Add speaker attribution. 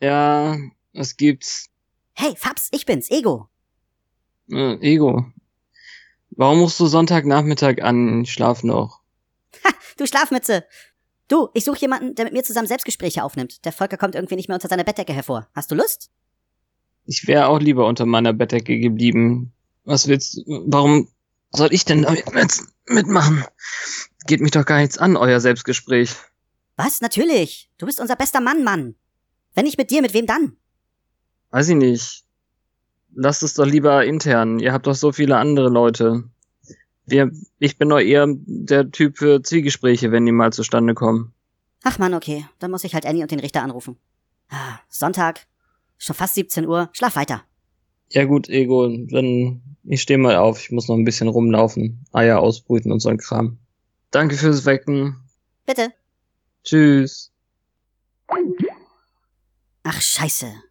Speaker 1: Ja, was gibt's?
Speaker 2: Hey, Fabs, ich bin's, Ego.
Speaker 1: Äh, Ego. Warum rufst du Sonntagnachmittag an? Ich schlaf noch.
Speaker 2: Ha, du Schlafmütze. Du, ich suche jemanden, der mit mir zusammen Selbstgespräche aufnimmt. Der Volker kommt irgendwie nicht mehr unter seiner Bettdecke hervor. Hast du Lust?
Speaker 1: Ich wäre auch lieber unter meiner Bettdecke geblieben. Was willst du? Warum soll ich denn damit mit- mitmachen? Geht mich doch gar nichts an, euer Selbstgespräch.
Speaker 2: Was? Natürlich. Du bist unser bester Mann, Mann. Wenn nicht mit dir, mit wem dann?
Speaker 1: Weiß ich nicht. Lasst es doch lieber intern. Ihr habt doch so viele andere Leute. Wir, ich bin doch eher der Typ für Zwiegespräche, wenn die mal zustande kommen.
Speaker 2: Ach man, okay. Dann muss ich halt Annie und den Richter anrufen. Ah, Sonntag. Schon fast 17 Uhr. Schlaf weiter.
Speaker 1: Ja gut, Ego, dann ich stehe mal auf. Ich muss noch ein bisschen rumlaufen, Eier ausbrüten und so ein Kram. Danke fürs Wecken.
Speaker 2: Bitte.
Speaker 1: Tschüss.
Speaker 2: Ach, scheiße.